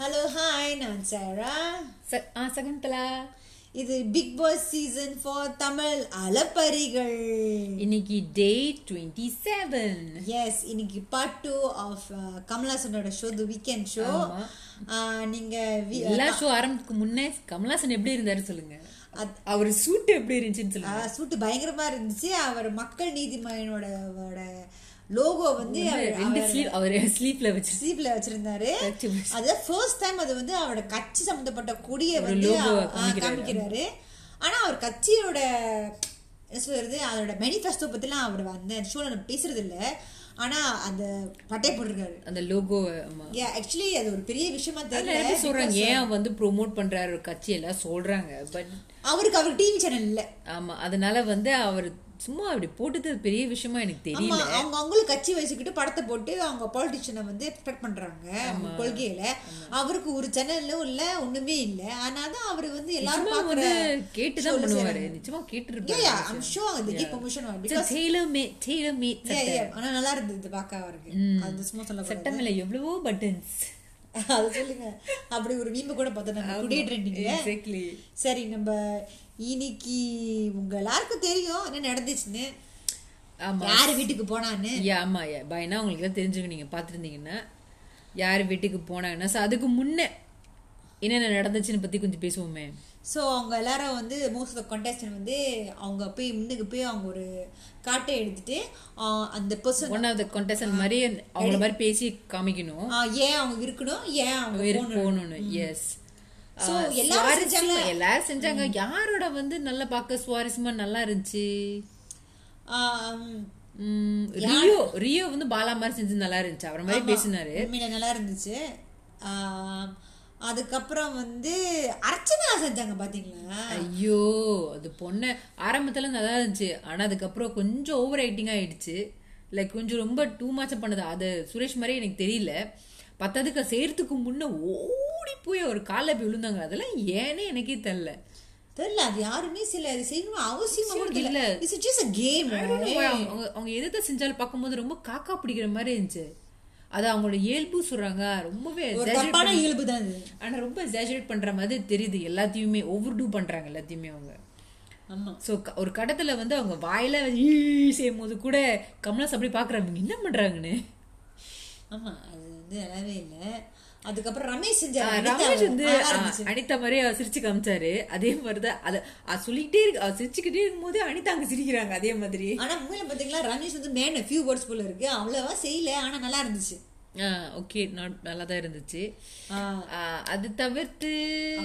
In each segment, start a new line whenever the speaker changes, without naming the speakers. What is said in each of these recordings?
Hello hi நான் சேரா
ச- ஆ, சகுந்தலா
இது Bigg Boss season four Tamil அலப்பரிகள்
இன்னைக்கு டே டுவெண்ட்டி செவன்
எஸ் இன்னைக்கு பார்ட் டூ ஆஃப் கமலாசனோட ஷோ தி வீக்கெண்ட் ஷோ
ஆமா.
நீங்க வி-
எல்லா ஷோ ஆரம்பத்துக்கு முன்னே கமலாசன் எப்படி இருந்தாரு சொல்லுங்க
அத்-
அவர் சூட் எப்படி இருந்துச்சுன்னு
ஆ,
சொல்லுங்க
சூட்டு பயங்கரமா இருந்துச்சு அவர் மக்கள் நீதி மய்யனோட லோகோ வந்து
வந்து
அவர்-
ரெண்டு
அவர்
ஸ்லீப் அவர் ஸ்லீப்ல வச்சு
சீப்ல வச்சிருந்தாரு
வச்சு வச்சு.
அது ஃபர்ஸ்ட் டைம் அது வந்து அவரோட கட்சி சம்பந்தப்பட்ட கொடியை
ஒரு
வந்து
logo-வ
அவ- ஆ,
காமிக்கிறாரு.
காமிக்கிறாரு ஆனா அவர் கட்சியோட என்ன சொல்றது அதோட மேனிஃபெஸ்டோ பத்திலாம் அவர் வந்து அந்த ஷோல பேசுறது இல்ல ஆனா அந்த பட்டை போட்டிருக்காரு
அந்த லோகோ
ஆக்சுவலி அது ஒரு பெரிய விஷயமா தெரியல
எல்லாருமே சொல்றாங்க ஏன் அவர் வந்து ப்ரோமோட் பண்றாரு கட்சி எல்லாம் சொல்றாங்க பட்
அவருக்கு அவர் டிவி சேனல் இல்ல
ஆமா அதனால வந்து அவர் சும்மா அப்படி போட்டது பெரிய விஷயமா எனக்கு
ஆமா
தெரியல
அவங்க அவங்களும் கட்சி வச்சுக்கிட்டு படத்தை போட்டு அவங்க பாலிட்டிஷியனை வந்து எக்ஸ்பெக்ட் பண்றாங்க அவங்க கொள்கையில அவருக்கு ஒரு சேனலும் இல்ல ஒண்ணுமே இல்ல ஆனா தான் அவர் வந்து எல்லாரும்
நிச்சயமா
பாக்குற
வந்து கேட்டுதான்
showல
பண்ணுவாரு
செய்றாங்க.
நிச்சயமா கேட்டு
Yeah, yeah,
இருப்பாரு
I'm sure they give permission or- because-
tailor made tailor made
Yeah, yeah. ஆனா நல்லா இருந்தது பார்க்க அவருக்கு. அது சும்மா சொல்லக்கூடாது.
சட்டமில்ல எவ்வளவோ பட்டன்ஸ்
அது சொல்லுங்க. அப்படி ஒரு meme கூட பார்த்தோம் நாங்க today trending ல.
எக்ஸாக்ட்லி
சரி நம்ம இன்னைக்கு உங்க எல்லாருக்கும் தெரியும் என்ன நடந்துச்சுன்னு
ஆமா
யாரு வீட்டுக்கு போனான்னு
யா ஆமா யா பயனா உங்களுக்கு எல்லாம் தெரிஞ்சுக்க நீங்க பார்த்துருந்தீங்கன்னா யார் வீட்டுக்கு போனாங்கன்னா ஸோ அதுக்கு முன்னே என்னென்ன நடந்துச்சுன்னு பத்தி கொஞ்சம் பேசுவோமே
ஸோ அவங்க எல்லாரும் வந்து மோஸ்ட் ஆஃப் கண்டஸ்டன் வந்து அவங்க போய் முன்னுக்கு போய் அவங்க ஒரு காட்டை எடுத்துட்டு ஆ, அந்த person
one of the contestant மாதிரி அவங்கள மாதிரி பேசி காமிக்கணும்
ஏன் அவங்க இருக்கணும் ஏன் அவங்க
இரு- போகணும்னு எஸ்
So, எல்லாரும் செஞ்சாங்க.
எல்லாரும் செஞ்சாங்க யாரோட வந்து நல்லா பார்க்க சுவாரஸ்யமா நல்லா இருந்துச்சு
ஆ, ம்,
ம், ரியோ ரியோ வந்து பாலா மாதிரி செஞ்சு நல்லா இருந்துச்சு அவரை மாதிரி பேசினாரு
உண்மையில நல்லா இருந்துச்சு ஆம், அதுக்கப்புறம் வந்து அர்ச்சனா செஞ்சாங்க பாத்தீங்களா
ஐயோ அது பொண்ணு ஆரம்பத்துல நல்லா இருந்துச்சு ஆனா அதுக்கப்புறம் கொஞ்சம் ஓவர் ஐட்டிங் ஆயிடுச்சு லைக் கொஞ்சம் ரொம்ப டூ மச்சம் பண்ணது அது சுரேஷ் மாதிரி எனக்கு தெரியல பத்ததுக்கு செய்யறதுக்கு முன்ன ஓடி போய் ஒரு காலில் போய் விழுந்தாங்க அதெல்லாம் ஏனே எனக்கே தெரில
தெரியல அது யாருமே சில இது செய்யணும் அவசியமா கூட
இல்ல.
இல்ல இட்ஸ் ஜஸ்ட் a கேம்
அவங்க அவங்க எதை செஞ்சாலும் பார்க்கும்போது ரொம்ப காக்கா பிடிக்கிற மாதிரி இருந்துச்சு அது அவங்களோட இயல்பு சொல்றாங்க ரொம்பவே
ஒரு
exaggerate
தப்பான
பண்ணி-
இயல்பு தான் அது
ஆனா ரொம்ப ஜாஜரேட் பண்ற மாதிரி தெரியுது எல்லாத்தையுமே ஓவர் டூ பண்றாங்க எல்லாத்தையுமே அவங்க
ஆமா
ஸோ ஒரு கட்டத்தில் வந்து அவங்க வாயில ஈ செய்யும் போது கூட கமலாஸ் அப்படி பார்க்குறாங்க என்ன பண்ணுறாங்கன்னு
ஆமா அது வந்து நல்லாவே இல்ல அதுக்கப்புறம் ரமேஷ் செஞ்சாரு அனிதா
ரமேஷ் வந்து
நல்லா
ஆ,
இருந்துச்சு.
அனிதா மாதிரி அவர் சிரிச்சு காமிச்சாரு அதே மாதிரி தான் அதை அது சொல்லிக்கிட்டே இருக்கு அவர் சிரிச்சுக்கிட்டே இருக்கும்போது அனிதா அங்கே சிரிக்கிறாங்க அதே மாதிரி
ஆனா உண்மையில பாத்தீங்களா ரமேஷ் வந்து மேன் ஃபியூ வேர்ட்ஸ் போல இருக்கு அவ்வளவா செய்யல ஆனா நல்லா இருந்துச்சு
ஓகே நல்லா தான் இருந்துச்சு
ஆ,
ஆ, அது தவிர்த்து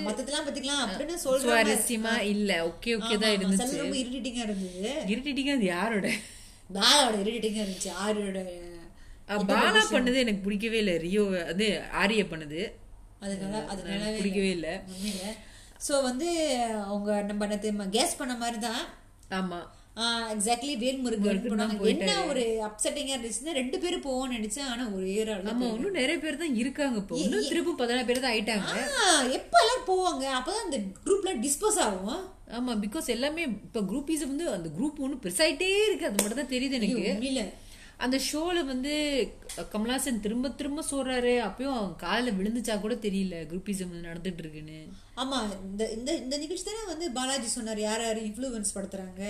மத்ததெல்லாம் பாத்தீங்களா அப்படின்னு சொல்றாங்க
சுவாரஸ்யமா இல்ல ஓகே ஓகே
ஆமா,
தான்
ஆமா.
இருந்துச்சு
சிலது ரொம்ப இரிட்டேட்டிங்கா இருந்தது
இருட்டிட்டிங்க அது யாரோட
பாலாவோட இரிட்டேட்டிங்கா இருந்துச்சு ஆரியோட
ஆ, பாலா பண்ணது எனக்கு பிடிக்கவே இல்லை ரியோ அது ஆரிய பண்ணது
அதனால அதனால
எனக்கு பிடிக்கவே இல்லை
உண்மையில ஸோ வந்து அவங்க நம்ம நேத்து கேஸ் பண்ண மாதிரி தான்
ஆமா
எக்ஸாக்ட்லி வேல்முருகன் போனாங்க என்ன ஒரு அப்செட்டிங்கா இருந்துச்சுன்னா ரெண்டு பேரும் போவோம்னு நினைச்சேன் ஆனா ஒரே ஒரு ஆளு
ஆமா இன்னும் நிறைய பேர் தான் இருக்காங்க இப்போ இன்னும் திரும்ப பதினாறு பேர் தான் ஆயிட்டாங்க
ஆஹ், எப்ப எல்லாம் போவாங்க அப்பதான் அந்த குரூப்ல டிஸ்போஸ் ஆகும்
ஆமா பிகாஸ் எல்லாமே இப்போ குரூப்பீஸ் வந்து அந்த குரூப் ஒன்று பெருசாயிட்டே இருக்கு அது மட்டும் தான் தெரியுது எனக்கு
உண்மையில
அந்த ஷோல வந்து கமலாசன் திரும்ப திரும்ப சொல்றாரு அப்பயும் அவங்க காலில் விழுந்துச்சா கூட தெரியல குரூப்பிசம் நடந்துட்டு இருக்குன்னு
ஆமா இந்த இந்த இந்த நிகழ்ச்சி தானே வந்து பாலாஜி சொன்னார் யார் யார் இன்ஃப்ளூயன்ஸ் படுத்துறாங்க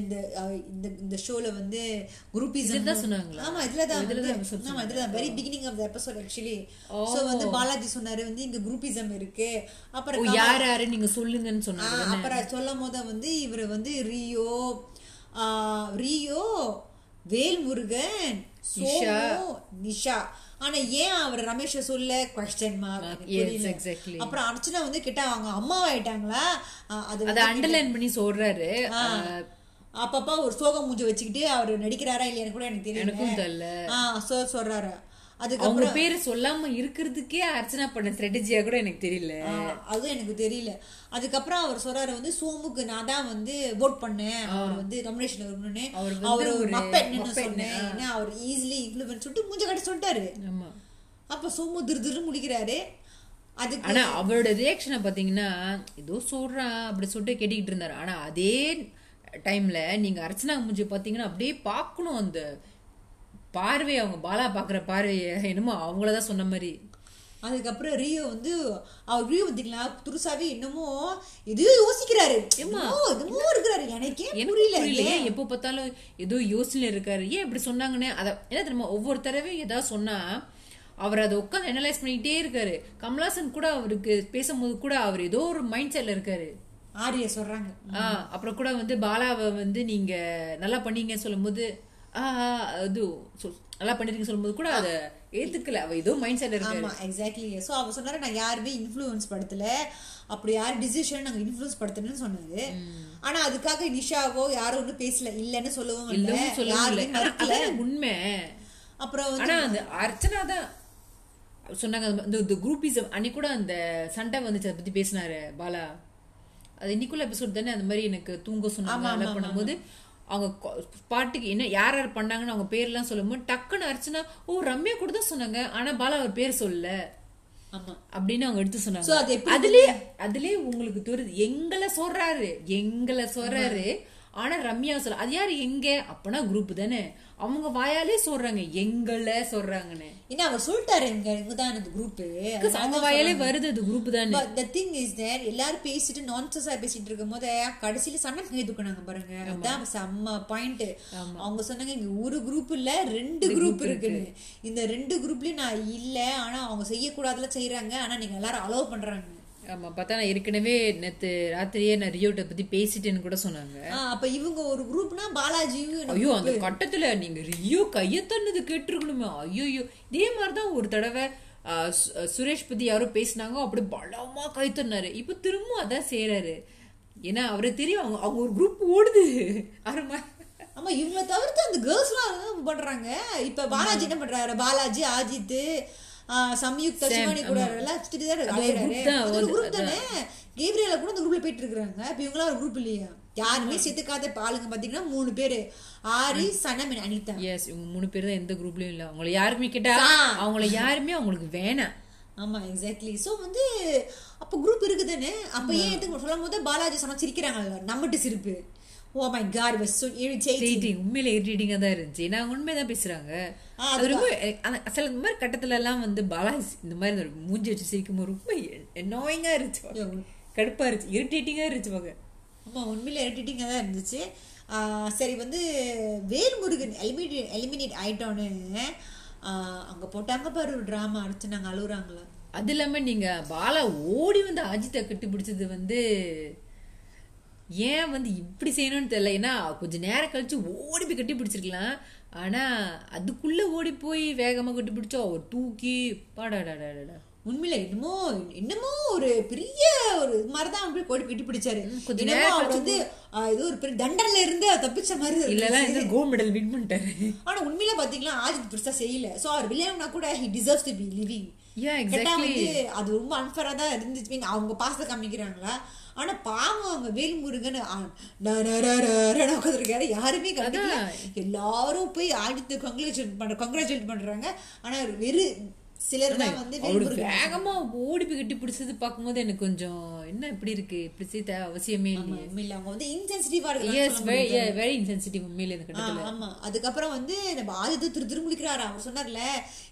இந்த அஹ், இந்த இந்த ஷோல வந்து குரூப்பிசம்
இதுதான் சொன்னாங்களா?
ஆமா இதுல தான்
இதுல
வந்து-
தான் episode
ஆமா இதுல தான் very beginning of the episode actually so வந்து பாலாஜி சொன்னாரு வந்து இங்க குரூப்பிசம் இருக்கு
ஓ
அப்புறம்
யார் யாரு நீங்க சொல்லுங்கன்னு சொன்னாங்க
ஆஹ், அப்புறம் சொல்லும் போது வந்து இவர் வந்து ரியோ ஆஹ், ரியோ வேல்முருகன் சோமு நிஷா ஆனா ஏன் அவர் ரமேஷ சொல்ல கொஸ்டின்
எஸ்
மார்க்
எக்ஸாக்ட்லி
அப்புறம் அர்ச்சனா வந்து கிட்ட அவங்க அம்மாவாயிட்டாங்களா ஆஹ், அது
அதை அண்டர்லைன் பண்ணி சொல்றாரு ஆஹ்,
அப்பப்பா ஒரு சோகம் மூஞ்சி வச்சுக்கிட்டு அவர் நடிக்கிறாரா இல்லையான்னு கூட எனக்கு தெரியல
எனக்கும் தெரியல
ஆ சோ சொல்றாரு அதுக்கு
அவங்க பேரு சொல்லாம இருக்கிறதுக்கே அர்ச்சனா பண்ண ஸ்ட்ராட்டஜியா கூட எனக்கு தெரியல
ஆஹ், அதுவும் எனக்கு தெரியல அதுக்கப்புறம் அவர் சொல்றாரு வந்து சோமுக்கு நான் தான் வந்து ஓட் பண்ணேன் அவர் வந்து நாமினேஷன் வரணும்னு
அவர் வந்து
அவர் ஒரு
ஒரு
மப்பென்னு
மப்பெண்ணு,
சொன்னேன் ஏன்னா அவர் ஈஸிலி இன்ஃப்ளூயன்ஸ் சொல்லிட்டு மூஞ்ச கட்ட சொல்லிட்டாரு
ஆமா
அப்ப சோமு திரு திரு முடிக்கிறாரு அதுக்கு
ஆனா அவரோட ரியாக்ஷனை பாத்தீங்கன்னா ஏதோ சொல்றான் அப்படி சொல்லிட்டு கேட்டுக்கிட்டு இருந்தாரு ஆனா அதே டைம்ல நீங்க அர்ச்சனா மூஞ்சி பாத்தீங்கன்னா அப்படியே பார்க்கணும் அந்த பார்வை அவங்க பாலா பாக்குற பார்வைய என்னமோ அவங்களதான் சொன்ன மாதிரி
அதுக்கப்புறம் ரியோ வந்து அவர் ரியோ பார்த்தீங்களா துருசாவே என்னமோ இது யோசிக்கிறாரு என்னமோ இதுமோ இருக்கிறாரு எனக்கே
எனக்கு
புரியல
புரியலையே
ஏன்?
எப்போ பார்த்தாலும் ஏதோ யோசனை இருக்காரு ஏன் இப்படி சொன்னாங்கன்னு அதை என்ன தெரியுமா ஒவ்வொரு தடவையும் ஏதாவது சொன்னா அவர் அதை உட்காந்து அனலைஸ் பண்ணிக்கிட்டே இருக்காரு கமலாசன் கூட அவருக்கு பேசும்போது கூட அவர் ஏதோ ஒரு மைண்ட் செட்ல இருக்காரு
ஆரிய சொல்றாங்க
ஆ, அப்புறம் கூட வந்து பாலாவை வந்து நீங்க நல்லா பண்ணீங்க சொல்லும்போது ஆ, ஆ, அது சொல்- நல்லா பண்ணிருக்கீங்க சொல்லும்போது கூட அதை ஏத்துக்கல அவ ஏதோ மைண்ட் செட்ல இருக்காரு
ஆமா எக்ஸாக்ட்லி ஸோ அவர் சொன்னாரு நான் யாருமே இன்ஃப்ளூயன்ஸ் படுத்தல அப்படி யார் டிசிஷன் நாங்க இன்ஃப்ளூயன்ஸ் படுத்தலன்னு சொன்னாரு ஆனா அதுக்காக நிஷாவோ யாரும் ஒன்றும் பேசல இல்லன்னு சொல்லவும் இல்ல
இல்லவும் சொல்லல
யாருமே மறுக்கல
உண்மை
அப்புறம் வந்து
ஆனா அந்த அர்ச்சனா தான் சொன்னாங்க அந்த- இந்த இந்த குரூப்பிசம் அன்னைக்கு கூட அந்த சண்டை வந்துச்சு அதை பத்தி பேசினாரு பாலா அது இன்னைக்குள்ள எபிசோட் தானே அந்த மாதிரி எனக்கு தூங்க சொன்னாங்க நல்லா பண்ணும்போது அவங்க கொ- பாட்டுக்கு என்ன யார் யார் பண்ணாங்கன்னு அவங்க பேர்லாம் சொல்லும்போது டக்குன்னு அர்ச்சனா ஓ ரம்யா கூட தான் சொன்னாங்க ஆனா பாலா அவர் பேர் சொல்லல
ஆமா
அப்படின்னு அவங்க எடுத்து
So, அது
சொன்னாங்க
எப்படி
அதுலயே அதுலயே உங்களுக்கு தெரியுது எங்களை சொல்றாரு எங்களை சொல்றாரு ஆனா ரம்யா சொல்ல அது யாரு எங்க அப்பனா குரூப் தானே அவங்க வாயாலே சொல்றாங்க எங்களை சொல்றாங்கன்னு
ஏன்னா அவர் சொல்லிட்டாரு இவங்க இவங்க தான் அந்த குரூப்பு
Because அவங்க வாயாலே வருது அது குரூப் தானே
but the thing is there எல்லாரும் பேசிட்டு நான்சென்ஸா பேசிட்டு இருக்கும் போது கடைசியில சண்டை கை தூக்குனாங்க பாருங்க அதான் செம்ம பாயிண்ட் அவங்க சொன்னாங்க இங்க ஒரு குரூப் இல்ல ரெண்டு குரூப் இருக்குன்னு இந்த ரெண்டு குரூப்லயும் நான் இல்ல ஆனா அவங்க செய்யக்கூடாதுல செய்யறாங்க ஆனா நீங்க எல்லாரும் அலோவ் பண்றாங்க
ஆமா பார்த்தா நான் ஏற்கனவே நேத்து ராத்திரியே நான் ரியோட்ட பத்தி பேசிட்டேன்னு கூட சொன்னாங்க
ஆ, அப்ப இவங்க ஒரு குரூப்னா பாலாஜியும் நம்ம-
ஐயோ அந்த கட்டத்துல நீங்க ரியோ கைய தன்னது கேட்டிருக்கணுமே ஐயோ இதே மாதிரிதான் ஒரு தடவை ஆ, சு- அ, சுரேஷ் பத்தி யாரோ பேசினாங்க அப்படி பலமா கை தன்னாரு இப்ப திரும்ப அதான் செய்யறாரு ஏன்னா அவரை தெரியும் அவங்க அவங்க ஒரு குரூப் ஓடுது ஆரம்பா
ஆமா இவங்கள தவிர்த்து அந்த கேர்ள்ஸ் எல்லாம் பண்றாங்க இப்ப பாலாஜி என்ன பண்றாரு பாலாஜி ஆஜித் ஆ, சம்யுக்தா சிவானி கூட எல்லாம் சுத்திட்டு தான் அலையறாரு.
தான்
அது ஒரு
வந்து,
group தானே கேப்ரியலா கூட அந்த குரூப்ல போயிட்டு இருக்காங்க இப்ப இவங்களாம் ஒரு குரூப் இல்லையா யாருமே சேர்த்துக்காத ஆளுங்க பாத்தீங்கன்னா மூணு பேரு ஆரி சனமின் அனிதா
எஸ் இவங்க மூணு பேர் தான் எந்த குரூப்லயும் இல்ல அவங்கள யாருமே கேட்டா அவங்கள யாருமே அவங்களுக்கு வேணாம்
ஆமா எக்ஸாக்ட்லி சோ வந்து அப்ப குரூப் இருக்குதானே அப்ப ஏன் எதுக்கு சொல்லும் போது பாலாஜி சொன்னா சிரிக்கிறாங்க எல்லாரும். நம்மட்டு சிரிப்பு Oh oh my God was so ஜெயிச்சு
Irritating, உண்மையில இரிட்டேட்டிங்கா தான் இருந்துச்சு ஏன்னா அவங்க உண்மைதான் பேசுறாங்க
ஆ,
அது ரொம்ப எனக்கு அந்த- சில இந்த மாதிரி கட்டத்துல எல்லாம் வந்து பாலாஜி இந்த மாதிரி ஒரு மூஞ்சி வச்சு சிரிக்கும் போது ரொம்ப என்னோயிங்கா இருந்துச்சு கடுப்பா இருந்துச்சு இரிட்டேட்டிங்கா இருந்துச்சு பாக்க
ஆமா உண்மையில எடிட்டிங்காக தான் இருந்துச்சு ஆஹ் சரி வந்து வேல்முருகன் எலிமினேட் எலிமினேட் ஆயிட்டோன்னு ஆஹ் அங்க போட்டாங்க பாரு ஒரு ட்ராமா அடிச்சு நாங்க அழுகுறாங்களா
அது இல்லாம நீங்க பாலா ஓடி வந்து அஜித்தை கட்டுப்பிடிச்சது வந்து ஏன் வந்து இப்படி செய்யணும்னு தெரியல ஏன்னா கொஞ்ச நேரம் கழிச்சு ஓடி போய் கட்டி பிடிச்சிருக்கலாம் ஆனா அதுக்குள்ள ஓடி போய் வேகமா கட்டி பிடிச்சோ ஒரு தூக்கி பாடாடாடாடா
உண்மையில என்னமோ என்னமோ ஒரு பெரிய ஒரு இது மாதிரிதான் அவன் போய் கோடி கட்டி பிடிச்சாரு
கொஞ்ச
என்னமோ
நேரம்
அவர் வந்து ஆஹ் ஏதோ ஒரு பெரிய தண்டனைல இருந்து அவர் தப்பிச்ச மாதிரி
இல்லைன்னா
இருந்துச்சு.
இந்த கோல்ட் மெடல் வின் பண்ணிட்டாரு
ஆனா உண்மையில பாத்தீங்கன்னா ஆஜித் பெருசா செய்யல சோ அவர் விளையாடுனா கூட he deserves to be living
Yeah,
கேட்டா
exactly.
வந்து அது ரொம்ப அன்ஃபேரா தான் இருந்துச்சு மீன் அவங்க பாசத்தை காமிக்கிறாங்களா ஆனா பாவம் அவங்க வேல்முருகன் உட்காந்துருக்காரு யாருமே கண்டுக்கல எல்லாரும் போய் ஆடித்து கங்க்ராச்சுலேட் பண்ற கங்க்ராச்சுலேட் பண்றாங்க ஆனா வெறு சிலர் தான் வந்து
அவரு
வேல்முருகன்
வேகமா ஓடி போய் கட்டி பிடிச்சது பார்க்கும்போது எனக்கு கொஞ்சம் என்ன இப்படி இருக்கு இப்படி செய்த அவசியமே இல்லையே
உண்மையில அவங்க வந்து இன்சென்சிட்டிவா
எஸ்
இருக்காங்க
வெரி வெரி இன்சென்சிட்டிவ் உண்மையில இந்த
ஆ,
கட்டத்துல
ஆமா அதுக்கப்புறம் வந்து நம்ம ஆதித்து திரு திருமுடிக்கிறாரு அவர் சொன்னார்ல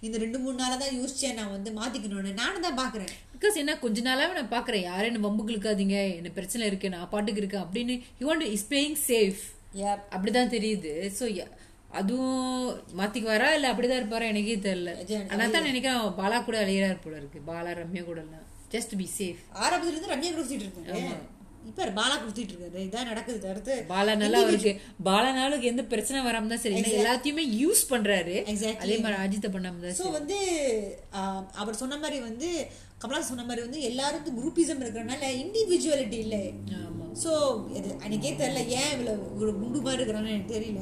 இந்த ரெண்டு மூணு நாளா தான் யோசிச்சேன் நான் வந்து மாத்திக்கணும்னு நானும் தான் பாக்குறேன்
பிகாஸ் என்ன கொஞ்ச நாளாவே நான் பாக்குறேன் யாரும் என்ன வம்புக்கு இழுக்காதீங்க என்ன பிரச்சனை இருக்கு நான் பாட்டுக்கு இருக்கேன் அப்படின்னு you want is playing safe
Yep.
அப்படிதான் தெரியுது ஸோ அதுவும் மாத்திக்கு வரா இல்ல அப்படிதான் இருப்பாரா எனக்கே தெரியல ஆனா தான் நினைக்கிறேன் அவன் பாலா கூட அழியறாரு போல இருக்கு பாலா ரம்யா கூட எல்லாம் ஜஸ்ட் பி சேஃப்
ஆரம்பத்துல இருந்து ரம்யா கொடுத்துட்டு இருக்காரு இப்ப அவர் பாலா கொடுத்துட்டு இருக்காரு இதான் நடக்குது தவிர்த்து
பாலானால அவருக்கு பாலானாலுக்கு எந்த பிரச்சனை வராம தான் சரி ஏன்னா எல்லாத்தையுமே யூஸ் பண்றாரு
Exactly.
அதே மாதிரி அஜித்தை பண்ணாம தான்
ஸோ வந்து ஆஹ், அவர் சொன்ன மாதிரி வந்து கமலா சொன்ன மாதிரி வந்து எல்லாரும் வந்து குரூப்பிசம் இருக்கிறனால இண்டிவிஜுவாலிட்டி இல்லை
ஆமா
ஸோ இது எனக்கே தெரியல ஏன் இவ்வளவு ஒரு குண்டு மாதிரி இருக்கிறான்னு எனக்கு தெரியல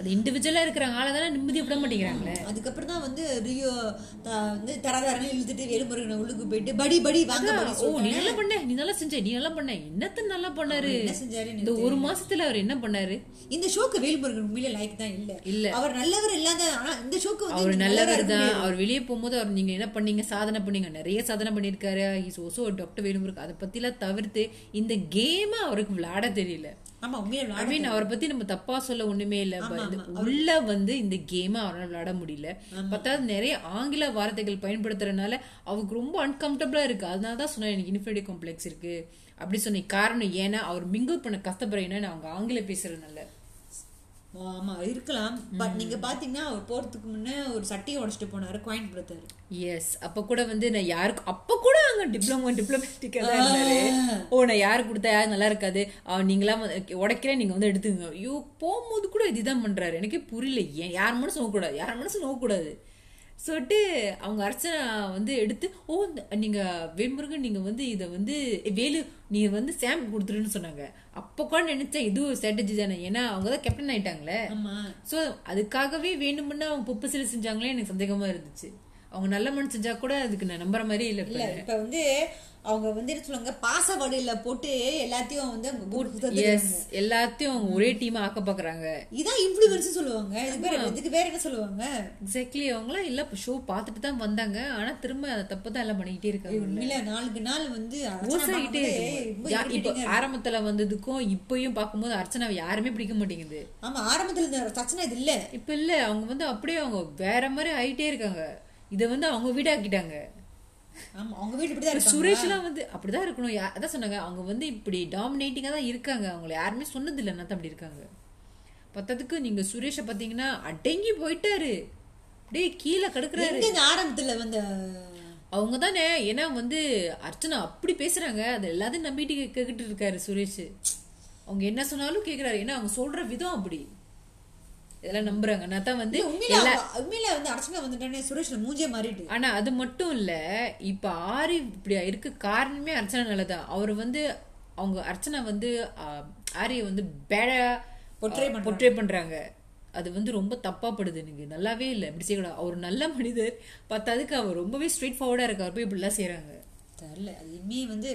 அது இண்டிவிஜுவலா இருக்கிறாங்க ஆளை தானே நிம்மதியை விட மாட்டேங்கிறாங்களே
அதுக்கப்புறம் தான் வந்து ரியோ ஆஹ், வந்து தராதாரன்னு இழுத்துட்டு வேலுமுருகனை உள்ளுக்கு போயிட்டு படி படி வாங்க படி
ஓ
சொல்லிட்டாங்க.
நீ நல்லா பண்ண நீ நல்லா செஞ்ச நீ நல்லா பண்ண என்னத்த நல்லா பண்ணாரு
என்ன செஞ்சாரு எனக்கு
இந்த ஒரு மாசத்துல அவர் என்ன பண்ணாரு
இந்த ஷோக்கு வேல்முருகன் உண்மையில லைக் தான் இல்ல
இல்ல.
அவர் நல்லவர் இல்லாத ஆனா இந்த ஷோக்கு வந்து
அவர்
இன்னைக்கு
நல்லவர்
இருக்கு.
தான் அவர் வெளியே போகும்போது அவர் நீங்க என்ன பண்ணீங்க சாதனை பண்ணீங்க நிறைய சாதனை பண்ணியிருக்காரு இஸ் ஓசோ டாக்டர் வேலுமுருக்கு அதை பத்திலாம் தவிர்த்து இந்த கேமை அவருக்கு விளையாட தெரியல
ஆமா உண்மையில
ஐ
விளையாட
மீன் அவரை பத்தி நம்ம தப்பா சொல்ல ஒண்ணுமே இல்ல
ஆமா,
இது
ஆமா.
உள்ள வந்து இந்த கேம் அவரால் விளையாட முடியல பத்தாவது நிறைய ஆங்கில வார்த்தைகள் பயன்படுத்துறதுனால அவருக்கு ரொம்ப அன்கம்ஃபர்டபுளா இருக்கு அதனால தான் சொன்னேன் எனக்கு இன்ஃபினிட்டி காம்ப்ளெக்ஸ் இருக்கு அப்படி சொன்ன காரணம் ஏன்னா அவர் மிங்கிள் பண்ண கஷ்டப்படுற ஏன்னா அவங்க ஆங்கிலம் பேசுறதுனால
ஆமா இருக்கலாம் பட் நீங்க பாத்தீங்கன்னா அவர் போறதுக்கு முன்னே ஒரு சட்டையை உடைச்சிட்டு போனாரு காயின் பிரதர்
எஸ் அப்ப கூட வந்து நான் யாருக்கு அப்ப கூட அங்க டிப்ளமோ டிப்ளமேட்டிக்கா தான் இருந்தாரு ஓ நான் யாரு கொடுத்தா யாரு நல்லா இருக்காது அவ நீங்களா உடைக்கிறேன் நீங்க வந்து எடுத்துக்கங்க ஐயோ போகும்போது கூட இதுதான் பண்றாரு எனக்கே புரியல ஏன் யார் மனசும் நோக்கக்கூடாது யார் மனசும் நோக்கக்கூடாது சொல்லிட்டு அவங்க அர்ச்சனா வந்து எடுத்து ஓ இந்த- நீங்க வேல்முருகன் நீங்க வந்து இதை வந்து ஏ, வேலு நீ வந்து சாம்பிள் கொடுத்துருன்னு சொன்னாங்க அப்போ கூட நினைச்சேன் இது ஒரு strategy தானே ஏன்னா அவங்க தான் கேப்டன் ஆயிட்டாங்களே
ஆமா
ஸோ அதுக்காகவே வேணும்னு அவங்க புப்பசில செஞ்சாங்களே எனக்கு சந்தேகமா இருந்துச்சு அவங்க நல்ல மனசு செஞ்சா கூட அதுக்கு நான் நம்புற மாதிரி இல்லை
இல்ல இப்ப வந்து அவங்க வந்து என்ன சொல்லுவாங்க பாச வடையில போட்டு எல்லாத்தையும் வந்து அவங்க போட்டு குத்துறது.
எஸ் எல்லாத்தையும் அவங்க ஒரே டீமா ஆக்க பாக்குறாங்க
இதான் இன்ஃபுளுன்ஸ் சொல்லுவாங்க இதுக்கு பேர் என்ன- இதுக்கு பேர் என்ன சொல்லுவாங்க
எக்ஸாக்ட்லி அவங்களாம் இல்ல ஷோ பார்த்துட்டு தான் வந்தாங்க ஆனா திரும்ப அந்த தப்பு தான் எல்லாம் பண்ணிக்கிட்டே இருக்காங்க
உண்மையில நாளுக்கு நாள் வந்து அர்ச்சனா
மோசாகிட்டே
பார்க்கும்போது ரொம்ப
இருக்கு யா- இப்போ
irritating-ஆ இருக்கு.
ஆரம்பத்துல வந்ததுக்கும் இப்பயும் பார்க்கும்போது அர்ச்சனாவை யாருமே பிடிக்க மாட்டேங்குது
ஆமா ஆரம்பத்துல இந்த சச்சனை இது இல்ல
இப்ப இல்ல அவங்க வந்து அப்படியே அவங்க வேற மாதிரி ஆயிட்டே இருக்காங்க இதை வந்து அவங்க வீடாக்கிட்டாங்க
ஆமா அவங்க வீட்டு இப்படிதான் இருக்காங்க
சுரேஷ்லாம் வந்து அப்படிதான் இருக்கணும் யா- அதான் சொன்னாங்க அவங்க வந்து இப்படி டாமினேட்டிங்கா தான் இருக்காங்க அவங்கள யாருமே சொன்னது இல்லைன்னா தான் அப்படி இருக்காங்க பத்ததுக்கு நீங்க சுரேஷை பாத்தீங்கன்னா அடங்கி போயிட்டாரு அப்படியே கீழே கிடக்குறாரு
எங்க ஆரம்பத்துல வந்து
அவங்க தானே ஏன்னா வந்து அர்ச்சனா அப்படி பேசுறாங்க அது எல்லாத்தையும் நம்பிட்டு கேட்டுட்டு இருக்காரு சுரேஷ் அவங்க என்ன சொன்னாலும் கேக்குறாரு ஏன்னா அவங்க சொல்ற விதம் அப்படி இதெல்லாம் நம்புறாங்க நான் தான் வந்து
உண்மையில அவங்க- உண்மையில வந்து அர்ச்சனா வந்துட்டானே சுரேஷ்ல மூஞ்சே மாறிட்டு
ஆனா அது மட்டும் இல்ல இப்ப ஆரி இப்படி இருக்க காரணமே அர்ச்சனால தான் அவர் வந்து அவங்க அர்ச்சனா வந்து ஆஹ், ஆரிய வந்து பேடா
Portray
பொட்ரே பண்றாங்க அது வந்து ரொம்ப தப்பா படுது எனக்கு நல்லாவே இல்லை இப்படி செய்யக்கூடாது அவர் நல்ல மனிதர் பத்தாதுக்கு அவர் ரொம்பவே ஸ்ட்ரெயிட் ஃபார்வர்டா இருக்காரு போய் இப்படிலாம் செய்யறாங்க
தெரியல அது இனிமே வந்து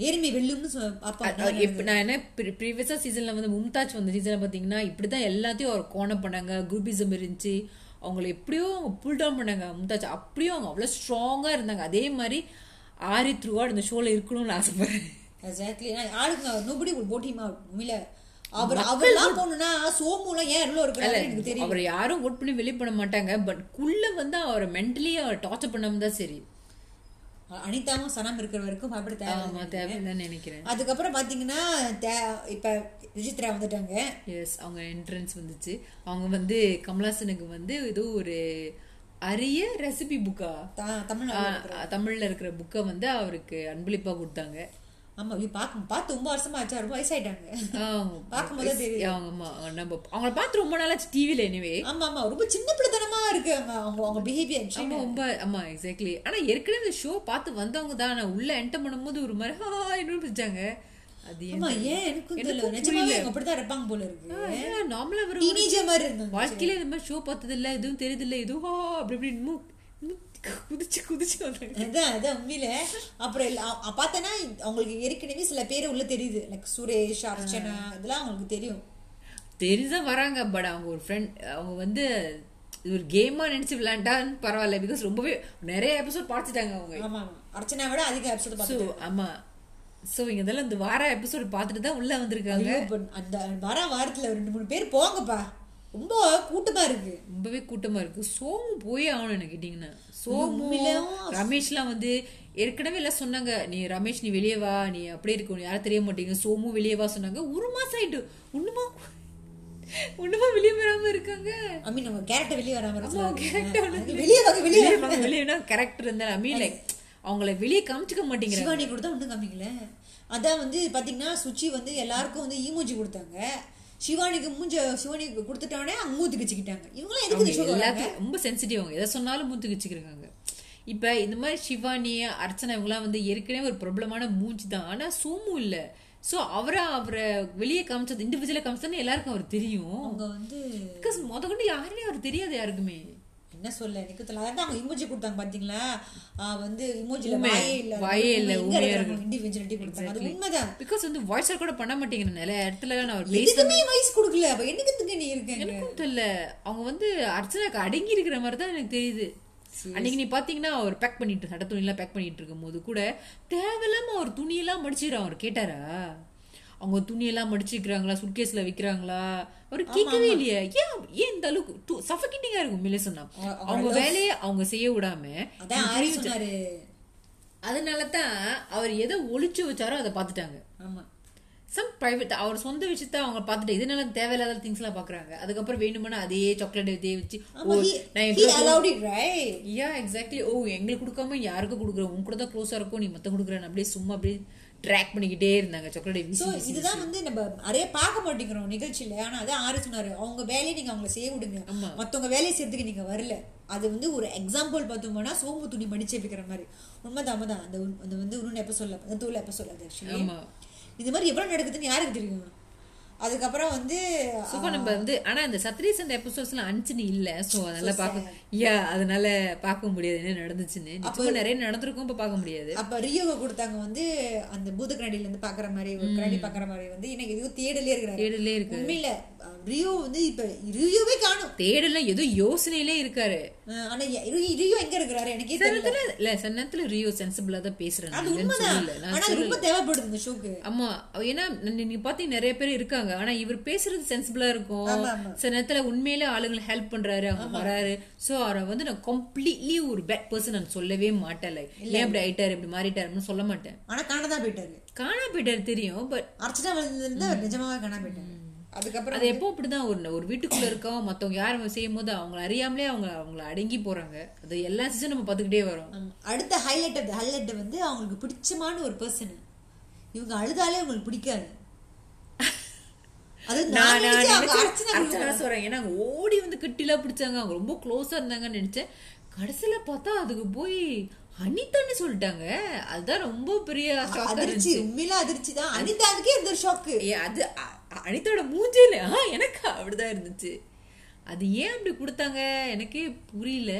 நேர்மை வெல்லும்னு சொ- பாப்பாங்க
இப்ப நான் என்ன ப்ரீவியஸா சீசன்ல வந்து மும்தாஜ் வந்த சீசன்ல பாத்தீங்கன்னா இப்படிதான் எல்லாத்தையும் அவர் கோணம் பண்ணாங்க குரூபிசம் இருந்துச்சு அவங்களை எப்படியோ அவங்க புல் டவுன் பண்ணாங்க மும்தாஜ் அப்படியும் அவங்க அவ்வளவு ஸ்ட்ராங்கா இருந்தாங்க அதே மாதிரி ஆரி த்ரூவா இந்த ஷோல இருக்கணும்னு ஆசைப்படுறேன்
எக்ஸாக்ட்லி ஆளுங்க nobody will vote him out உண்மையில அவர் அவர்லாம் போகணும்னா சோமுலாம் ஏன் எவ்வளோ இருக்கிறாரு எனக்கு தெரியும்
அவரை யாரும் ஓட் பண்ணி வெளியே பண்ண மாட்டாங்க பட் குள்ள வந்து அவரை மென்டலி அவர் டார்ச்சர் பண்ணாம தான் சரி
அனிதாவும் சனம் இருக்கிற வரைக்கும் பயப்பட தேவை
ஆமா தேவைன்னு நினைக்கிறேன்
அதுக்கப்புறம் பாத்தீங்கன்னா தே- இப்ப விஜித்ரா வந்துட்டாங்க
எஸ் அவங்க என்ட்ரன்ஸ் வந்துச்சு அவங்க வந்து கமலாசனுக்கு வந்து ஏதோ ஒரு அரிய ரெசிபி புக்கா
தா- தமிழ்நாடு
ஆ, தமிழ்ல இருக்கிற புக்கை வந்து அவருக்கு அன்பளிப்பா கொடுத்தாங்க
ஆமா ஐயோ பார்க்க பார்த்து ரொம்ப வருஷமா ஆச்சா ரொம்ப வயசாயிட்டாங்க
ஆ,
பார்க்கும்போதே தெரியுது.
அவங்க ஆமா, நம்ம அவங்கள பார்த்து ரொம்ப நாளாச்சு டிவில எனவே
ஆமா ஆமா ரொம்ப சின்ன பிள்ளைத்தனமா இருக்கு அவங்க அவங்க அவங்க பிஹேவியர்
ஆமா ரொம்ப ஆமா எக்ஸாக்ட்லி ஆனா ஏற்கனவே இந்த ஷோ பார்த்து வந்தவங்க தான் ஆனா உள்ள என்டர் பண்ணும்போது ஒரு மாதிரி "ஆ" என்னன்னு பிடிச்சாங்க அது
ஆமா ஏன் எனக்கும் தெரியல நிஜமாவே அவங்க அப்படிதான் இருப்பாங்க போல இருக்கு
நார்மலா வரும்
டீனேஜர் மாதிரி இருந்தாங்க
வாழ்க்கையில இந்த மாதிரி ஷோ பார்த்தது இல்ல எதுவும் தெரியுது இல்ல எதுவும் "ஆ" அப்படி இப்படி இன்னும் இன்னும் குதிச்சு குதிச்சு வந்தாங்க
அதான் அதான் உண்மையில அப்புறம் எல்லா- அ- பார்த்தேன்னா அவங்களுக்கு ஏற்கனவே சில பேர் உள்ள தெரியுது லைக் சுரேஷ் அர்ச்சனா இதெல்லாம் அவங்களுக்கு தெரியும்
தெரிஞ்சா வராங்க பட் அவங்க ஒரு ஃப்ரெண்ட் அவங்க வந்து இது ஒரு கேமா நினைச்சு விளையாண்டான்னு பரவாயில்ல பிகாஸ் ரொம்பவே நிறைய எபிசோட் பார்த்துட்டாங்க அவங்க
ஆமா ஆமா அர்ச்சனா விட அதிக எபிசோட்
ஸோ ஆமா ஸோ இங்க இதெல்லாம் இந்த வார எபிசோட் பார்த்துட்டு தான் உள்ள வந்திருக்காங்க
பார்த்தாங்க அந்த வர வாரத்துல ரெண்டு மூணு பேர் போங்கப்பா ரொம்ப கூட்டமா இருக்கு
ரொம்பவே கூட்டமா இருக்கு சோமு போயே ஆகணும் என்ன கேட்டீங்கன்னா சோமு ரமேஷ்லாம் வந்து ஏற்கனவே எல்லாம் சொன்னாங்க நீ ரமேஷ் நீ வெளியே வா நீ அப்படியே இருக்க உனக்கு யாரும் தெரிய மாட்டீங்க சோமு வெளியே வா சொன்னாங்க ஒரு மாசம் ஆயிட்டு ஒண்ணுமா ஒண்ணுமா வெளியே வராம இருக்காங்க
ஐ மீன் நம்ம கேரக்டர் வெளியே வராம
ஆமா, character
இருக்கு வெளியே வாங்க வெளியே
வெளியே வாங்க, வெளியேனா character இருந்தா, I mean like, அவங்கள வெளியே காமிச்சுக்க மாட்டேங்கிறாங்க
சிவானி கொடுத்தா ஒன்றும் கம்மிங்களே அதான் வந்து பாத்தீங்கன்னா சுச்சி வந்து எல்லாருக்கும் வந்து ஈமூஜி கொடுத்தாங்க சிவானிக்கு மூஞ்ச சிவானிக்கு கொடுத்துட்டானே அங்க மூத்துக்கு வச்சுக்கிட்டாங்க இவங்களாம் எதுக்கு இந்த show க்கு வராங்க?
எல்லாத்தையும் ரொம்ப சென்சிட்டிவ் அவங்க எதை சொன்னாலும் மூத்து வச்சுக்கிறாங்க இப்ப இந்த மாதிரி சிவானி அர்ச்சனா இவங்கலாம் வந்து ஏற்கனவே ஒரு பிரபலமான மூஞ்சி தான் ஆனா சோமு இல்ல சோ அவரை அவரை வெளியே காமிச்சது இண்டிவிஜுவலா காமிச்சதுன்னு எல்லாருக்கும் அவர் தெரியும்
அவங்க வந்து
பிகாஸ் முத கொண்டு யாருமே அவர் தெரியாது யாருக்குமே
என்ன சொல்ல எனக்கு தெரியல அதான் அவங்க இமோஜி கொடுத்தாங்க பாத்தீங்களா ஆஹ் வந்து இமோஜில வாயே இல்ல
வாயே இல்ல,
இங்க இருக்கிறவங்க இண்டிவிஜுவலிட்டி கொடுத்தாங்க அது உண்மைதான்
பிகாஸ் வந்து வாய்ஸ் கூட பண்ண மாட்டேங்கிற நிறைய இடத்துல நான் அவர் பேச
எதுக்குமே வயசு கொடுக்கல அப்ப என்னக்கு நீ இருக்க
எனக்கும் தெரியல அவங்க வந்து அர்ச்சனாக்கு அடங்கி இருக்கிற மாதிரி தான் எனக்கு தெரியுது அன்னைக்கு நீ பாத்தீங்கன்னா அவர் பேக் பண்ணிட்டு சட்ட துணியெல்லாம் பேக் பண்ணிட்டு இருக்கும் போது கூட தேவையில்லாம அவர் துணியெல்லாம் மடிச்சிடும் அவர் கேட்டாரா அவங்க துணியெல்லாம் மடிச்சு வைக்கிறாங்களா சுட்கேஸ்ல வைக்கிறாங்களா அவரு கேட்கவே இல்லையா ஏன் ஏன் இந்த அளவுக்கு சஃபகிட்டிங்கா இருக்கும் உண்மையிலே சொன்னா அவங்க வேலையை அவங்க செய்ய விடாம
அதான் ஆரி சொன்னாரு
அதனால தான் அவர் எதை ஒளிச்சு வச்சாரோ அதை பார்த்துட்டாங்க
ஆமா
சம் பிரைவேட் அவர் சொந்த விஷயத்த அவங்க பார்த்துட்டு இதனால தேவையில்லாத திங்ஸ் எல்லாம் பாக்குறாங்க அதுக்கப்புறம் வேணும்னா அதே சாக்லேட் இதே வச்சு ஓ,
ஆமா he-
நான்
he
எவ்வளவு
allowed it, right?
Yeah exactly ஓ எங்களுக்கு கொடுக்காம யாருக்கு கொடுக்குற உன் கூட தான் க்ளோஸா இருக்கும் நீ மத்த கொடுக்குறேன்னு அப்படியே சும்மா அப்படியே ட்ராக் பண்ணிக்கிட்டே இருந்தாங்க சாக்லேட்
So,
வீசி வீசி.
இதுதான் வந்து நம்ம நிறைய பார்க்க மாட்டேங்கிறோம் நிகழ்ச்சியில ஆனா அதான் ஆறு சொன்னாரு அவங்க வேலையை நீங்க அவங்களை செய்ய விடுங்க
ஆமா.
மத்தவங்க வேலையை செய்யறதுக்கு நீங்க வரல அது வந்து ஒரு எக்ஸாம்பிள் பார்த்தோம்னா சோம்பு துணி மடிச்சு வைக்கிற மாதிரி உண்மைதான் உண்மைதான் அந்த உண்- அது வந்து இன்னொன்று எப்ப சொல்ல அந்த தூள் எப்ப சொல்லாது ஆக்சுவலி
ஆமா
இது மாதிரி எவ்வளவு நடக்குதுன்னு யாருக்கு தெரியும் அதுக்கப்புறம் வந்து
சூப்பர் நம்ம வந்து ஆனா இந்த சத்ரி சந்த எபிசோட்ஸ்லாம் அனுச்சுன்னு இல்ல சோ அதனால பார்க்க யா அதனால பார்க்க முடியாது என்ன நடந்துச்சுன்னு நிச்சயமா நிறைய நடந்திருக்கும் இப்ப பார்க்க முடியாது
அப்ப ரியோவை கொடுத்தாங்க வந்து அந்த பூத கண்ணாடியில இருந்து பாக்குற மாதிரி ஒரு கண்ணாடி பாக்குற மாதிரி வந்து இன்னைக்கு எதுவும் தேடலே இருக்கிறாரு
தேடலே இருக்கு
உண்மையில அஹ், ரியோ வந்து இப்ப ரியோவே காணும்
தேடல ஏதோ யோசனையிலே இருக்காரு
ஆனா எ- ரி- ரியோ எங்க இருக்கிறாரு எனக்கே தெரியல
நேரத்துல இல்ல சில நேரத்துல ரியோ சென்சிபிளா தான் பேசுறேன் நான்
அது
இல்லைன்னு
உண்மைதான்
சொல்லல. நான்
ஆனா அது ரொம்ப தேவைப்படுது இந்த ஷோக்கு
ஆமா அவ- ஏன்னா நீ- நீ பாத்தி நிறைய பேர் இருக்காங்க ஆனா இவர் பேசுறது சென்சிபிளா இருக்கும்
ஆமா, ஆமா.
சில நேரத்துல உண்மையிலே ஆளுங்களை ஹெல்ப் பண்றாரு அவங்க வராரு சோ அவரை வந்து நான் கம்ப்ளீட்லி ஒரு பேட் பர்சன் நான் சொல்லவே மாட்டேன் like, ஏன் இப்படி ஆயிட்டாரு இப்படி மாறிட்டாருன்னு சொல்ல மாட்டேன்
ஆனா காணாதான் போயிட்டாரு
காணா போயிட்டாரு தெரியும் பட்
அர்ச்சனா வந்திருந்தா அவர் நிஜமாவே காணா போயிட்டாரு அதுக்கப்புறம்
அது எப்போ அப்படிதான் ஒரு ஒரு வீட்டுக்குள்ள இருக்கோம் மத்தவங்க யாரும் செய்யும் போது அவங்கள அறியாமலே அவங்க அவங்கள அடங்கி போறாங்க அது எல்லா சீசன் நம்ம பாத்துக்கிட்டே வரோம்
ஆமா. அடுத்த ஹைலைட் ஆஃப் ஹைலைட் வந்து அவங்களுக்கு பிடிச்சமான ஒரு பர்சன் இவங்க அழுதாலே உங்களுக்கு பிடிக்காது அது நான்
நான் நான்
நினைச்சேன் அவங்க
நினைச்சேன்
அர்ச்சனா
அர்ச்சனா சொல்றேன் ஏன்னா அவங்க ஓடி வந்து கிட்டிலாம் பிடிச்சாங்க அவங்க ரொம்ப க்ளோஸா இருந்தாங்கன்னு நினைச்சேன் கடைசியில பார்த்தா அதுக்கு போய் அனிதான்னு சொல்லிட்டாங்க அதுதான் ரொம்ப பெரிய shock ஆ
அதிர்ச்சி
இருந்துச்சு.
உண்மையில அதிர்ச்சி தான் அனிதாவுக்கே இந்த ஷாக்கு
ஏ, அது அ- அ- அனிதாவோட மூஞ்சே இல்ல ஆ எனக்கா அப்படிதான் இருந்துச்சு அது ஏன் அப்படி கொடுத்தாங்க எனக்கே புரியல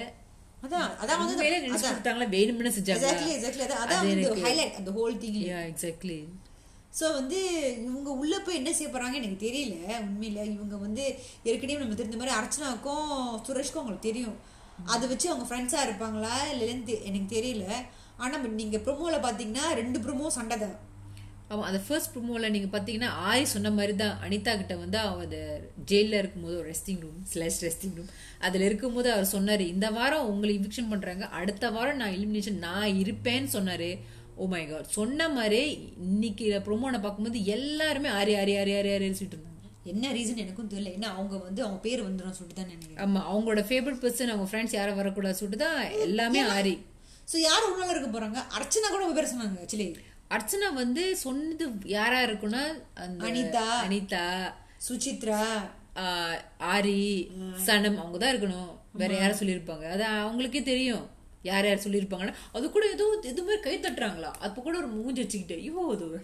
அதான் அதான் வந்து
உண்மையிலே நினைச்சு கொடுத்தாங்களா வேணும்னு செஞ்சாங்க
எக்ஸாக்ட்லி எக்ஸாக்ட்லி அதான் அதான் வந்து ஹைலைட் அந்த ஹோல் திங்
எக்ஸாக்ட்லி
சோ வந்து இவங்க உள்ள போய் என்ன செய்ய போறாங்க எனக்கு தெரியல உண்மையில இவங்க வந்து ஏற்கனவே நம்ம தெரிஞ்ச மாதிரி அர்ச்சனாவுக்கும் சுரேஷ்க்கும் உங்களுக்கு தெரியும் அதை வச்சு அவங்க ஃப்ரெண்ட்ஸா இருப்பாங்களா இல்லைன்னு தெ- எனக்கு தெரியல ஆனா but நீங்க ப்ரோமோல பாத்தீங்கன்னா ரெண்டு ப்ரோமோ சண்டை தான்
ஆமா அந்த ஃபர்ஸ்ட் ப்ரோமோல நீங்க பாத்தீங்கன்னா ஆரி சொன்ன மாதிரி தான் அனிதா கிட்ட வந்து அவர் ஜெயில இருக்கும்போது ஒரு resting room slash resting room அதுல இருக்கும்போது அவர் சொன்னாரு இந்த வாரம் உங்களை இவிக்ஷன் பண்றாங்க அடுத்த வாரம் நான் எலிமினேஷன் நான் இருப்பேன்னு சொன்னாரு ஓ மை காட் சொன்ன மாதிரி இன்னைக்கு ப்ரோமோ நான் பார்க்கும்போது எல்லாருமே ஆரி ஆரி ஆரி ஆரி ஆரி சொல்லிட்டு இருந்தாங்க
என்ன ரீசன் எனக்கும் தெரியல ஏன்னா அவங்க வந்து அவங்க பேர் வந்துடும் சொல்லிட்டு தான் நினைக்கிறேன்
ஆமா அவங்களோட ஃபேவரட் பர்சன் அவங்க ஃப்ரெண்ட்ஸ் யாரும் வரக்கூடாது சொல்லிட்டு தான் எல்லாமே ஆரி
சோ யார் உன்னால இருக்க போறாங்க அர்ச்சனா கூட பேர் சொன்னாங்க ஆக்சுவலி
அர்ச்சனா வந்து சொன்னது யாரா இருக்குன்னா அந்த
அனிதா.
அனிதா
சுசித்ரா
ஆஹ் ஆரி சனம் அவங்க தான் இருக்கணும் வேற யாரும் சொல்லியிருப்பாங்க அது அவங்களுக்கே தெரியும் யார் யார் சொல்லியிருப்பாங்கன்னா அது கூட ஏதோ இது மாதிரி கை தட்டுறாங்களா அப்போ கூட ஒரு மூஞ்சி வச்சுக்கிட்டு ஐயோ அது ஒரு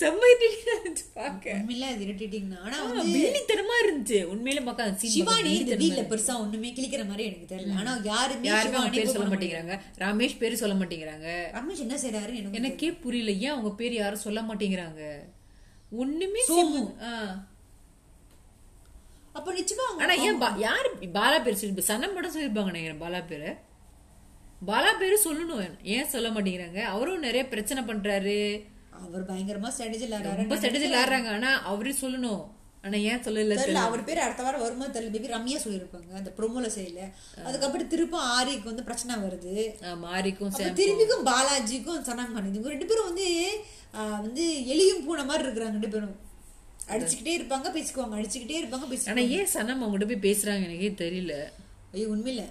செம்மை டெல்லியா இருந்துச்சு பார்க்க
உண்மையில அது irritating தான் ஆனா வந்து
வெள்ளித்தனமா இருந்துச்சு உண்மையில மக்கா
சிவானி இந்த வீட்ல பெருசா ஒண்ணுமே கிளிக்கிற மாதிரி எனக்கு தெரியல ஆனா யாருமே
யாருமே அவங்க
சிவானி
பேர் சொல்ல மாட்டேங்கிறாங்க ரமேஷ் பேர் சொல்ல மாட்டேங்கிறாங்க
ரமேஷ் என்ன செய்றாரு எனக்கு
எனக்கே புரியல ஏன் அவங்க பேர் யாரும் சொல்ல மாட்டேங்கிறாங்க ஒண்ணுமே
சோமு.
ஆ.
அப்ப நிச்சயமா அவங்க
ஆனா ஏன் பா- யாரு பாலா பேர் சொல்லி சனம் மட்டும் சொல்லியிருப்பாங்க நினைக்கிறேன் பாலா பேரு பாலா பேரு சொல்லணும் ஏன் சொல்ல மாட்டேங்கிறாங்க அவரும் நிறைய பிரச்சனை பண்றாரு
அவர் பயங்கரமா ஸ்ட்ராட்டஜி விளையாடுறாரு
ரொம்ப ஸ்ட்ராட்டஜி ஆடுறாங்க ஆனா அவரே சொல்லணும் ஆனா ஏன் சொல்லல
தெரியல அவர் பேர் அடுத்த வாரம் வருமா தெரியல மேபி ரம்யா சொல்லியிருப்பாங்க அந்த ப்ரோமோல செய்யல அதுக்கப்புறம் திரும்ப ஆரிக்கு வந்து பிரச்சனை வருது
மாறிக்கும்
அப்ப திரும்பிக்கும் பாலாஜிக்கும் சனாங்கான் இது ரெண்டு பேரும் வந்து ஆ, வந்து எலியும் பூனை மாதிரி இருக்கிறாங்க ரெண்டு பேரும் அடிச்சுக்கிட்டே இருப்பாங்க பேசிக்குவாங்க அடிச்சுக்கிட்டே இருப்பாங்க பேசி
ஆனா ஏன் சனம் அவங்ககிட்ட போய் பேசுறாங்க எனக்கே தெரியல
ஐயோ உண்மையில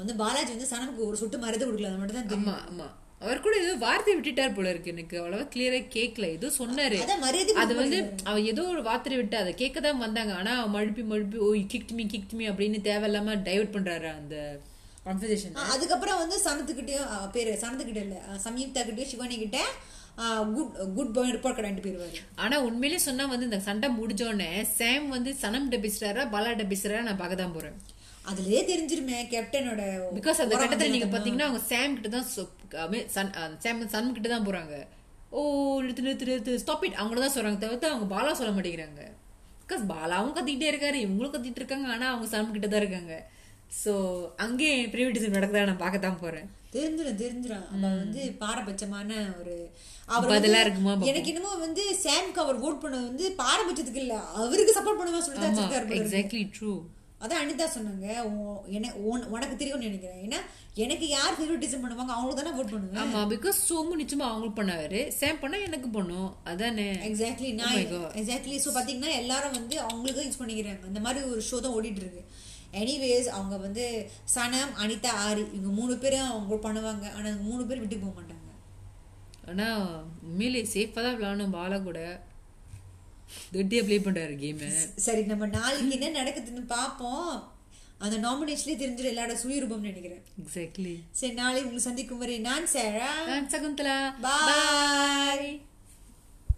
வந்து பாலாஜி வந்து சனமுக்கு ஒரு சொட்டு மருந்து கொடுக்கல அது மட்டும் தான் தெரியும்
ஆமா ஆமா அவர் கூட ஏதோ வார்த்தை விட்டுட்டார் போல இருக்கு எனக்கு அவ்வளவா கிளியரா கேக்கல ஏதோ சொன்னாரு
அதான் மரியாதை
அது வந்து அவ ஏதோ ஒரு வார்த்தை விட்டு அதை கேட்க தான் வந்தாங்க ஆனா அவ மழுப்பி மழுப்பி ஓ கிக்ட்மி கிக்ட்மி அப்படின்னு தேவையில்லாம டைவர்ட் பண்றாரு அந்த கான்வர்சேஷன்
ஆ, அதுக்கப்புறம் வந்து சனத்துக்கிட்டயும் ஆ, பேரு சனத்துக்கிட்ட இல்ல சம்யுக்தா கிட்டயும் சிவானி கிட்ட குட் குட் பாய் ரிப்போர்ட் கடைன்ட்டு போயிருவாரு
ஆனா உண்மையிலே சொன்னா வந்து இந்த சண்டை முடிஞ்ச உடனே சாம் வந்து சனம் பேசுறாரா பாலாட்ட பேசுறாரா நான் பார்க்க தான் போறேன்
அதுலயே தெரிஞ்சிருமே கேப்டனோட
பிகாஸ் அந்த கட்டத்துல நீங்க பாத்தீங்கன்னா அவங்க சாம் கிட்ட தான் சொப்- I mean, uh, Sun ah, Sam Sun கிட்ட தான் போறாங்க ஓ நிறுத்து நிறுத்து நிறுத்து ஸ்டாப் இட் அவங்கள தான் சொல்றாங்க தவிர்த்து அவங்க பாலா சொல்ல மாட்டேங்கிறாங்க பிகாஸ் பாலாவும் கத்திக்கிட்டே இருக்காரு இவங்களும் கத்திட்டு இருக்காங்க ஆனா அவங்க சனம் கிட்ட தான் இருக்காங்க ஸோ அங்கேயே ப்ரைவேட்டிசம் நடக்குதா நான் பார்க்க தான் போகிறேன்
தெரிஞ்சிடும் தெரிஞ்சிடும் அவ வந்து பாரபட்சமான ஒரு அவர்
பதிலா
வந்து-
இருக்குமா பாப்போம்.
எனக்கு என்னமோ வந்து சாம்க்கு அவர் ஓட் பண்ணது வந்து பாரபட்சத்துக்கு இல்ல அவருக்கு சப்போர்ட் பண்ணுவா சொல்லி தான் வச்சிருக்காரு போல இருக்கு.
எக்ஸாக்ட்லி ட்ரூ
அதான் அனிதா சொன்னாங்க உன்- என்ன- உன்- உனக்கு தெரியும்னு நினைக்கிறேன் ஏன்னா எனக்கு யார் ஃபேவரட்டிசம் பண்ணுவாங்க அவங்களுக்கு தானே ஓட் பண்ணுவேன்
ஆமா பிகாஸ் சோமு நிச்சயமா அவங்களுக்கு பண்ணாரு சேம் பண்ணா எனக்கு பண்ணும் அதானே
எக்ஸாக்ட்லி நான்
Oh my God.
Exactly so பார்த்தீங்கன்னா எல்லாரும் வந்து அவங்களுக்கு யூஸ் பண்ணிக்கிறாங்க அந்த மாதிரி ஒரு ஷோ தான் ஓடிட்டு இருக்கு எனிவேஸ் அவங்க வந்து சனம் அனிதா ஆரி இவங்க மூணு பேரும் அவங்க பண்ணுவாங்க ஆனால் இவங்க மூணு பேர் விட்டுக்கு போக மாட்டாங்க
ஆனா உண்மையிலே சேஃபா தான் விளையாடணும் பாலா கூட தொட்டியா ப்ளே பண்றாரு கேம்
சரி நம்ம நாளைக்கு என்ன நடக்குதுன்னு பார்ப்போம் அந்த நாமினேஷன்லேயே தெரிஞ்சிடும் எல்லாரோட சுயரூபம்னு நினைக்கிறேன்
எக்ஸாக்ட்லி
சரி நாளை உங்களை சந்திக்கும் வரை நான் சேரா
சகுந்தலா
பாய்
பாய்